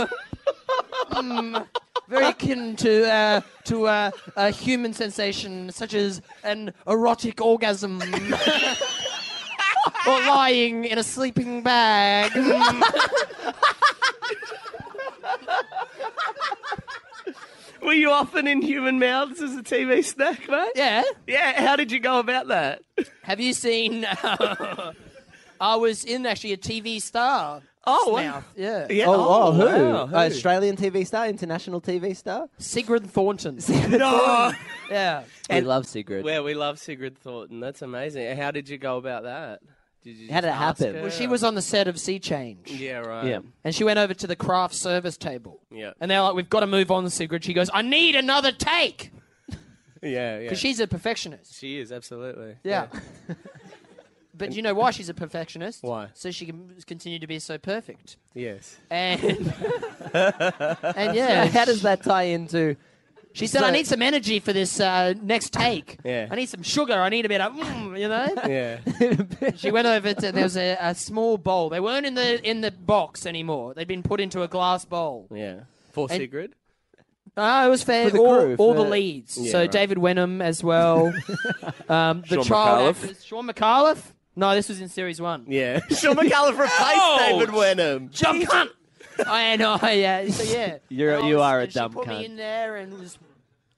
[SPEAKER 5] Mm, Very akin to uh, to uh, a human sensation such as an erotic orgasm or lying in a sleeping bag.
[SPEAKER 4] Were you often in human mouths as a TV snack, mate?
[SPEAKER 5] Yeah.
[SPEAKER 4] Yeah. How did you go about that?
[SPEAKER 5] uh, Have you seen? I was in actually a TV star Oh, Snout. yeah.
[SPEAKER 4] Yeah.
[SPEAKER 6] Oh, oh, who?
[SPEAKER 4] wow,
[SPEAKER 6] Uh, Australian TV star, international TV star.
[SPEAKER 5] Sigrid Thornton.
[SPEAKER 4] No.
[SPEAKER 5] yeah.
[SPEAKER 6] we love Sigrid.
[SPEAKER 4] Well, we love Sigrid Thornton. That's amazing. How did you go about that? Did you
[SPEAKER 6] How
[SPEAKER 4] just
[SPEAKER 6] did it
[SPEAKER 4] ask
[SPEAKER 6] happen?
[SPEAKER 4] her?
[SPEAKER 6] Well,
[SPEAKER 5] She was on the set of Sea Change.
[SPEAKER 4] Yeah, right.
[SPEAKER 6] Yeah.
[SPEAKER 5] And she went over to the craft service table.
[SPEAKER 4] Yeah.
[SPEAKER 5] And they're like, we've got to move on, Sigrid. She goes, I need another take.
[SPEAKER 4] Yeah, yeah.
[SPEAKER 5] Because she's a perfectionist.
[SPEAKER 4] She is, absolutely.
[SPEAKER 5] Yeah. but you know why she's a perfectionist?
[SPEAKER 4] Why?
[SPEAKER 5] So she can continue to be so perfect.
[SPEAKER 4] Yes.
[SPEAKER 5] And, and yeah.
[SPEAKER 6] How does that tie into?
[SPEAKER 5] She said,
[SPEAKER 6] So-
[SPEAKER 5] I need some energy for this uh, next take.
[SPEAKER 4] Yeah.
[SPEAKER 5] I need some sugar. I need a bit of, mm, you know?
[SPEAKER 4] Yeah.
[SPEAKER 5] She went over to, there was a, a small bowl. They weren't in the in the box anymore. They'd been put into a glass bowl.
[SPEAKER 4] yeah. For
[SPEAKER 5] And-
[SPEAKER 4] Sigrid?
[SPEAKER 5] Ah, it was fair.
[SPEAKER 6] For the
[SPEAKER 5] all,
[SPEAKER 6] crew,
[SPEAKER 5] all
[SPEAKER 6] for-
[SPEAKER 5] the leads.
[SPEAKER 4] Yeah,
[SPEAKER 5] so
[SPEAKER 4] right.
[SPEAKER 5] David Wenham as well. um, the
[SPEAKER 3] Sean
[SPEAKER 5] child
[SPEAKER 3] McAuliffe.
[SPEAKER 5] actors. Sean McAuliffe. No, this was in series one.
[SPEAKER 4] Yeah. Oh! Sean McAuliffe replaced
[SPEAKER 6] Oh!
[SPEAKER 4] David Wenham.
[SPEAKER 5] Dumb cunt. I know. Yeah. So yeah.
[SPEAKER 6] You're-
[SPEAKER 5] And I
[SPEAKER 6] you
[SPEAKER 5] was-
[SPEAKER 6] are a
[SPEAKER 5] and she
[SPEAKER 6] dumb
[SPEAKER 5] put
[SPEAKER 6] cunt.
[SPEAKER 5] me in there and was.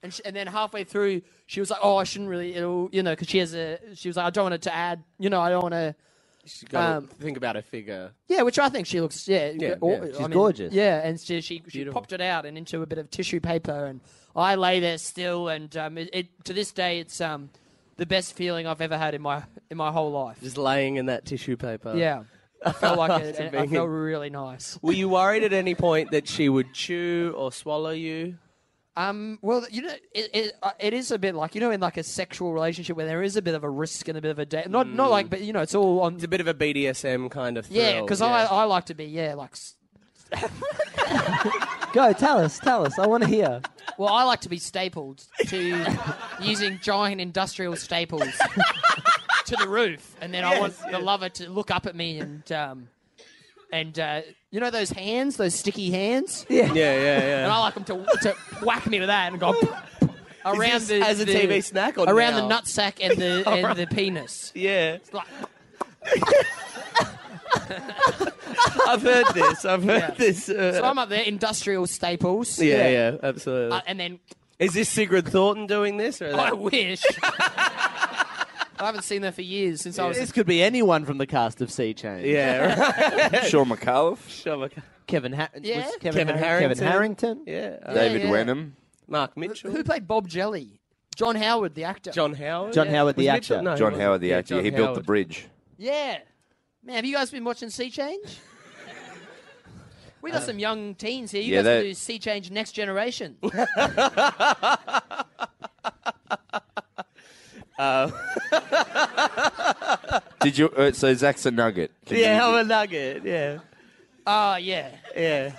[SPEAKER 5] And, she, and then halfway through, she was like, "Oh, I shouldn't really, it'll, you know, because she has a." She was like, "I don't want it to add, you know, I don't want to."
[SPEAKER 4] She's gotta
[SPEAKER 5] Um,
[SPEAKER 4] think about her figure.
[SPEAKER 5] Yeah, which I think she looks, yeah,
[SPEAKER 4] Yeah,
[SPEAKER 5] or-
[SPEAKER 4] yeah.
[SPEAKER 5] I
[SPEAKER 6] She's
[SPEAKER 5] mean,
[SPEAKER 6] gorgeous.
[SPEAKER 5] Yeah, and she she, she
[SPEAKER 4] Beautiful.
[SPEAKER 5] popped it out and into a bit of tissue paper, and I lay there still, and um, it, it to this day, it's um, the best feeling I've ever had in my in my whole life.
[SPEAKER 4] Just laying in that tissue paper.
[SPEAKER 5] yeah, I felt like it,
[SPEAKER 4] After
[SPEAKER 5] and I
[SPEAKER 4] being
[SPEAKER 5] felt
[SPEAKER 4] in-
[SPEAKER 5] really nice.
[SPEAKER 4] Were you worried at any point that she would chew or swallow you?
[SPEAKER 5] Um, well, you know, it, it, uh, it is a bit like you know, in like a sexual relationship where there is a bit of a risk and a bit of a da- not not like, but you know, it's all on.
[SPEAKER 4] Mm. It's a bit of a BDSM kind of thrill.
[SPEAKER 5] Yeah, because I I like to be yeah like. s-
[SPEAKER 6] Go tell us, tell us. I want to hear.
[SPEAKER 5] Well, I like to be stapled to using giant industrial staples to the roof, and then I want the lover to look up at me and um, and uh, you know those hands, those sticky hands,
[SPEAKER 4] Yeah, yeah,
[SPEAKER 5] and
[SPEAKER 4] yeah.
[SPEAKER 5] I like them to to whack me with that and go around
[SPEAKER 4] Is
[SPEAKER 5] the
[SPEAKER 4] this as a
[SPEAKER 5] the-
[SPEAKER 4] TV snack or
[SPEAKER 5] around
[SPEAKER 4] now?
[SPEAKER 5] the nutsack and the and the penis.
[SPEAKER 4] Yeah,
[SPEAKER 5] Like,
[SPEAKER 4] I've heard this. I've heard this. uh,
[SPEAKER 5] so I'm up there, industrial staples.
[SPEAKER 4] yeah, yeah, absolutely.
[SPEAKER 5] Uh, and then
[SPEAKER 4] Is this Sigrid Thornton doing this? Or
[SPEAKER 5] I
[SPEAKER 4] that?
[SPEAKER 5] wish. I haven't seen her for years since I was
[SPEAKER 6] This could be anyone from the cast of Sea Change.
[SPEAKER 4] yeah, right. Oh
[SPEAKER 3] Sean McAuliffe,
[SPEAKER 4] Sure, okay.
[SPEAKER 6] Kevin, ha-
[SPEAKER 5] Yeah.
[SPEAKER 6] was Kevin,
[SPEAKER 4] Kevin
[SPEAKER 6] Har- Kevin
[SPEAKER 4] Harrington.
[SPEAKER 6] Harrington.
[SPEAKER 4] Yeah. Uh,
[SPEAKER 3] David
[SPEAKER 5] yeah.
[SPEAKER 3] Wenham.
[SPEAKER 4] Mark Mitchell.
[SPEAKER 5] Who played Bob Jelly? John Howard, the actor.
[SPEAKER 4] John Howard.
[SPEAKER 6] John Howard,
[SPEAKER 4] Was
[SPEAKER 6] the
[SPEAKER 4] Mitchell-
[SPEAKER 6] actor.
[SPEAKER 4] no, he
[SPEAKER 3] John
[SPEAKER 4] wasn't.
[SPEAKER 3] Howard, the
[SPEAKER 4] Yeah,
[SPEAKER 3] actor.
[SPEAKER 4] John
[SPEAKER 3] he built the
[SPEAKER 4] Howard.
[SPEAKER 3] bridge.
[SPEAKER 5] Yeah. Man, have you guys been watching Sea Change? We got some young teens here. You
[SPEAKER 3] yeah,
[SPEAKER 5] guys can
[SPEAKER 3] that-
[SPEAKER 5] do Sea Change Next Generation.
[SPEAKER 3] Did you? Uh, so Zach's a nugget. Can
[SPEAKER 4] Yeah,
[SPEAKER 3] you-
[SPEAKER 4] I'm a nugget. Yeah,
[SPEAKER 5] Oh, yeah.
[SPEAKER 4] yeah.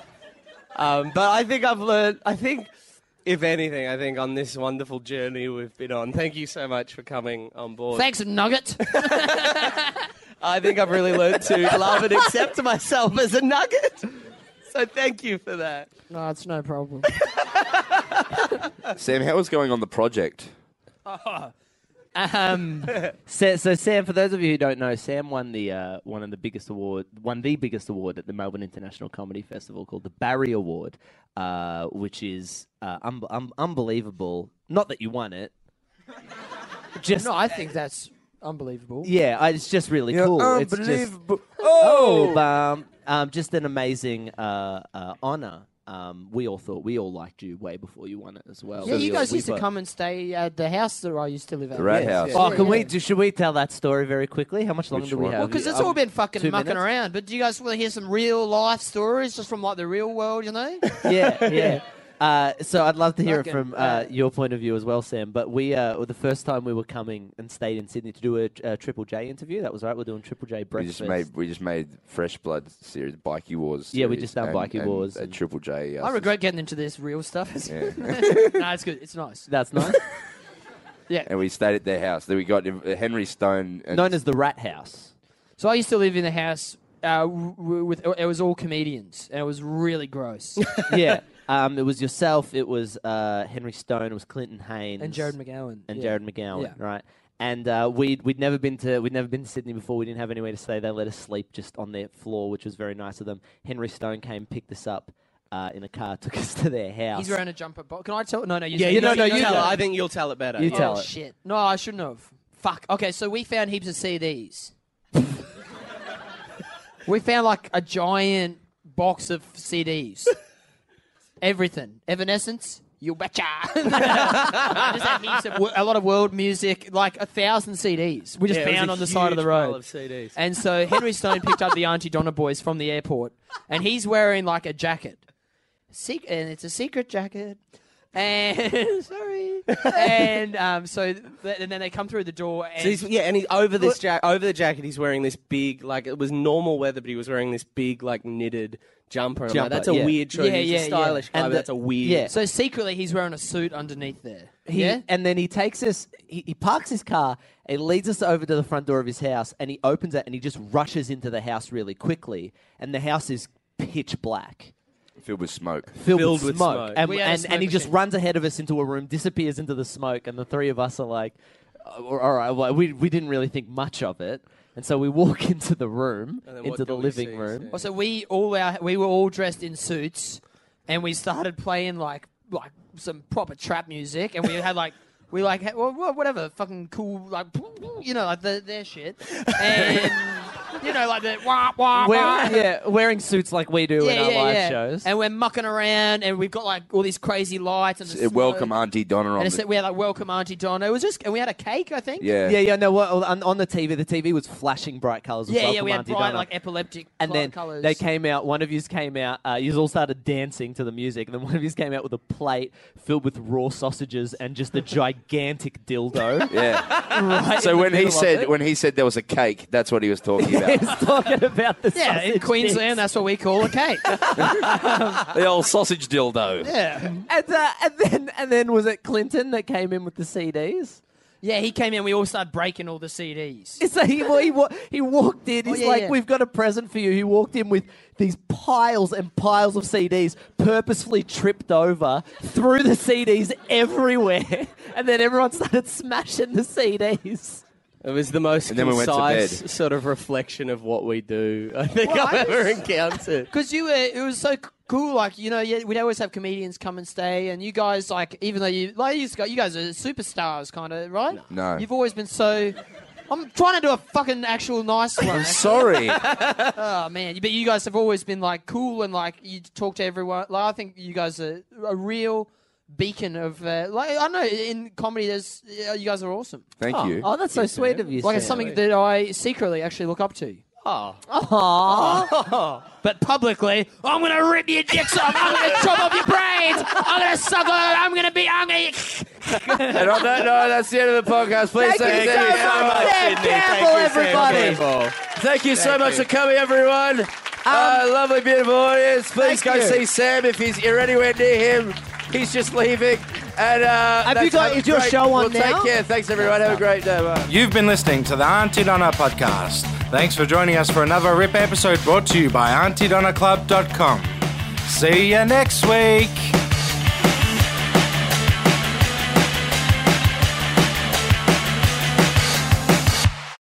[SPEAKER 4] Um, but I think I've learned. I think, if anything, I think on this wonderful journey we've been on. Thank you so much for coming on board.
[SPEAKER 5] Thanks, Nugget.
[SPEAKER 4] I think I've really learned to love and accept myself as a nugget. So thank you for that.
[SPEAKER 5] no, it's no problem.
[SPEAKER 3] Sam, how was going on the project?
[SPEAKER 5] Um,
[SPEAKER 6] Sa- so Sam, for those of you who don't know, Sam won the uh, one of the biggest award, won the biggest award at the Melbourne International Comedy Festival called the Barry Award, uh, which is uh, un- un- unbelievable. Not that you won it. Just
[SPEAKER 5] no, I think that's unbelievable.
[SPEAKER 6] yeah, I, it's just really cool. It's just
[SPEAKER 3] oh,
[SPEAKER 6] Oh, um, um, just an amazing uh, uh, honor. Um, we all thought we all liked you way before you won it as well.
[SPEAKER 5] Yeah,
[SPEAKER 6] We
[SPEAKER 5] you
[SPEAKER 6] all-
[SPEAKER 5] guys
[SPEAKER 6] we
[SPEAKER 5] used to
[SPEAKER 6] both-
[SPEAKER 5] come and stay at the house that I used to live at.
[SPEAKER 3] the rat house.
[SPEAKER 6] Oh,
[SPEAKER 5] Yeah,
[SPEAKER 6] can we?
[SPEAKER 5] yeah.
[SPEAKER 6] Do, should we tell that story very quickly? How much longer
[SPEAKER 3] Which
[SPEAKER 6] do we
[SPEAKER 3] one?
[SPEAKER 6] have?
[SPEAKER 3] Well,
[SPEAKER 5] Because it's
[SPEAKER 6] Um,
[SPEAKER 5] all been fucking
[SPEAKER 6] two
[SPEAKER 5] mucking
[SPEAKER 6] minutes?
[SPEAKER 5] around. But do you guys want to hear some real life stories just from like the real world, you know?
[SPEAKER 6] yeah, yeah. Uh, so I'd love to hear it
[SPEAKER 5] Fucking
[SPEAKER 6] from uh,
[SPEAKER 5] bad.
[SPEAKER 6] your point of view as well, Sam. But we, uh, the first time we were coming and stayed in Sydney to do a, a Triple J interview. That was right. We're doing Triple J
[SPEAKER 3] We
[SPEAKER 6] breakfast.
[SPEAKER 3] just made we just made Fresh Blood series, Bikey Wars.
[SPEAKER 6] Yeah, we
[SPEAKER 3] series,
[SPEAKER 6] just done
[SPEAKER 3] and-
[SPEAKER 6] Bikey
[SPEAKER 3] and
[SPEAKER 6] Wars
[SPEAKER 3] a
[SPEAKER 6] and-
[SPEAKER 3] Triple J. uh,
[SPEAKER 5] I regret getting into this real stuff.
[SPEAKER 3] Yeah.
[SPEAKER 5] no, it's good. It's nice.
[SPEAKER 6] That's nice.
[SPEAKER 3] and we stayed at their house. Then we got uh, Henry Stone. And
[SPEAKER 6] Known as the Rat House.
[SPEAKER 5] So I used to live in a house uh, w- w- with it was all comedians, and it was really gross.
[SPEAKER 6] yeah. Um, it was yourself. It was uh, Henry Stone. It was Clinton Haynes
[SPEAKER 5] and Jared McGowan
[SPEAKER 6] and
[SPEAKER 5] yeah.
[SPEAKER 6] Jared McGowan,
[SPEAKER 5] Yeah.
[SPEAKER 6] right? And uh, we'd we'd never been to we'd never been to Sydney before. We didn't have anywhere to stay. They let us sleep just on their floor, which was very nice of them. Henry Stone came, picked us up uh, in a car, took us to their house.
[SPEAKER 5] He's wearing a jumper box. Can I tell? No, no, you
[SPEAKER 4] Yeah,
[SPEAKER 5] say-
[SPEAKER 4] you, no, no, you
[SPEAKER 5] tell
[SPEAKER 4] tell.
[SPEAKER 5] it.
[SPEAKER 4] it. I think you'll tell it better.
[SPEAKER 6] You
[SPEAKER 5] Oh,
[SPEAKER 6] tell it.
[SPEAKER 5] shit. No, I shouldn't have. Fuck. Okay, so we found heaps of CDs. We found like a giant box of CDs. Everything. Evanescence. You betcha. And I just had heaps of wo- a lot of world music, like a thousand CDs. We just found on the side of the road. And so Henry Stone picked up the Auntie Donna boys from the airport, and he's wearing like a jacket, Sec- and it's a secret jacket. And sorry. and um, so, th- and then they come through the door, and
[SPEAKER 4] So he's, yeah, and he's over this ja- over the jacket. He's wearing this big, like it was normal weather, but he was wearing this big, like knitted jumper. And I'm like,
[SPEAKER 6] Jumper,
[SPEAKER 4] that's a
[SPEAKER 6] yeah.
[SPEAKER 4] weird choice.
[SPEAKER 5] Yeah,
[SPEAKER 4] he's
[SPEAKER 5] yeah,
[SPEAKER 4] a
[SPEAKER 5] yeah.
[SPEAKER 4] stylish guy,
[SPEAKER 6] And
[SPEAKER 4] but
[SPEAKER 6] the-
[SPEAKER 4] that's a weird.
[SPEAKER 6] yeah.
[SPEAKER 5] so secretly he's wearing a suit underneath there.
[SPEAKER 6] He,
[SPEAKER 5] yeah.
[SPEAKER 6] And then he takes us, he, he parks his car, and leads us over to the front door of his house, and he opens it and he just rushes into the house really quickly. And the house is pitch black,
[SPEAKER 3] Filled with smoke.
[SPEAKER 6] filled,
[SPEAKER 4] Filled
[SPEAKER 6] with,
[SPEAKER 4] with
[SPEAKER 6] smoke.
[SPEAKER 4] smoke.
[SPEAKER 6] And,
[SPEAKER 5] We had a
[SPEAKER 6] and, and he
[SPEAKER 5] smoke
[SPEAKER 6] just
[SPEAKER 5] machine.
[SPEAKER 6] runs ahead of us into a room, disappears into the smoke, and the three of us are like, "Oh, all right, well, we, we didn't really think much of it. And so we walk into the room,
[SPEAKER 4] And then what
[SPEAKER 6] into the
[SPEAKER 4] do we
[SPEAKER 6] living
[SPEAKER 4] see?
[SPEAKER 6] room.
[SPEAKER 5] Well, so we all our, we were all dressed in suits, and we started playing like like some proper trap music, and we had like we like had, well, well, whatever fucking cool like you know like the, their shit, and you know like the wah wah
[SPEAKER 6] Wear-
[SPEAKER 5] wah.
[SPEAKER 6] yeah, wearing suits like we do in our live shows.
[SPEAKER 5] and we're mucking around, and we've got like all these crazy lights and the smoke.
[SPEAKER 3] Welcome Auntie Donna on
[SPEAKER 5] And
[SPEAKER 3] the...
[SPEAKER 5] it said we had like welcome Auntie Donna. It was just and we had a cake, I think.
[SPEAKER 3] yeah.
[SPEAKER 6] yeah, yeah, no. Well, on, on the TV, the TV was flashing bright colours.
[SPEAKER 5] yeah, yeah. We had bright like epileptic
[SPEAKER 6] and then
[SPEAKER 5] colors.
[SPEAKER 6] they came out. One of yous came out. Uh, yous all started dancing to the music, and then one of yous came out with a plate filled with raw sausages and just a gigantic dildo.
[SPEAKER 3] Yeah.
[SPEAKER 6] right in
[SPEAKER 3] So
[SPEAKER 6] the
[SPEAKER 3] when he
[SPEAKER 6] middle of
[SPEAKER 3] said
[SPEAKER 6] it.
[SPEAKER 3] when he said there was a cake, that's what he was talking about.
[SPEAKER 6] he's talking about the
[SPEAKER 5] yeah,
[SPEAKER 6] sausage
[SPEAKER 5] in Queensland,
[SPEAKER 6] dicks.
[SPEAKER 5] that's what we call a cake.
[SPEAKER 3] the old sausage dildo.
[SPEAKER 5] yeah.
[SPEAKER 6] and, uh, and then and then was it Clinton that came in with the CDs?
[SPEAKER 5] Yeah, he came in. We all started breaking all the CDs.
[SPEAKER 6] So he wa- he, wa- he walked in.
[SPEAKER 5] Oh,
[SPEAKER 6] He's
[SPEAKER 5] yeah,
[SPEAKER 6] like,
[SPEAKER 5] yeah.
[SPEAKER 6] "We've got a present for you." He walked in with these piles and piles of CDs, purposefully tripped over, threw the CDs everywhere, and then everyone started smashing the CDs.
[SPEAKER 4] It was the most
[SPEAKER 3] And then we went to
[SPEAKER 4] concise
[SPEAKER 3] bed.
[SPEAKER 4] sort of reflection of what we do. I think
[SPEAKER 5] Well, I
[SPEAKER 4] I've ever
[SPEAKER 5] just-
[SPEAKER 4] encountered.
[SPEAKER 5] Because you were, it was so c- cool. Like you know, yeah, we'd always have comedians come and stay, and you guys, like, even though you, like, you guys, you guys are superstars, kind of, right?
[SPEAKER 3] No.
[SPEAKER 5] You've always been so. I'm trying to do a fucking actual nice one.
[SPEAKER 3] I'm sorry.
[SPEAKER 5] oh man, but you guys have always been like cool and like you talk to everyone. Like I think you guys are a real beacon of uh, like I don't know in comedy. There's uh, you guys are awesome.
[SPEAKER 3] Thank you.
[SPEAKER 6] Oh, that's so sweet of you.
[SPEAKER 5] Like it's something that I secretly actually look up to.
[SPEAKER 8] Oh.
[SPEAKER 6] Oh.
[SPEAKER 8] But publicly, I'm going to rip your dicks off. I'm going to chop off your brains. I'm going to suck on it. I'm going to be. I'm going to.
[SPEAKER 3] and on that note, that's the end of the podcast. Please
[SPEAKER 6] Thank you so much, Sam Campbell, everybody.
[SPEAKER 3] Thank you so much for coming, everyone.
[SPEAKER 6] Um,
[SPEAKER 3] uh, lovely, beautiful audience. Please go
[SPEAKER 6] thank you.
[SPEAKER 3] see Sam if he's, you're anywhere near him. He's just leaving. And uh,
[SPEAKER 6] Have you
[SPEAKER 3] that's-
[SPEAKER 6] got-
[SPEAKER 3] a
[SPEAKER 6] is your
[SPEAKER 3] great-
[SPEAKER 6] show on
[SPEAKER 3] we'll
[SPEAKER 6] now?
[SPEAKER 3] Take care. Thanks, everyone. Have a great day. Bye.
[SPEAKER 2] You've been listening to the Auntie Donna podcast. Thanks for joining us for another RIP episode brought to you by AuntieDonnaClub.com. See you next week.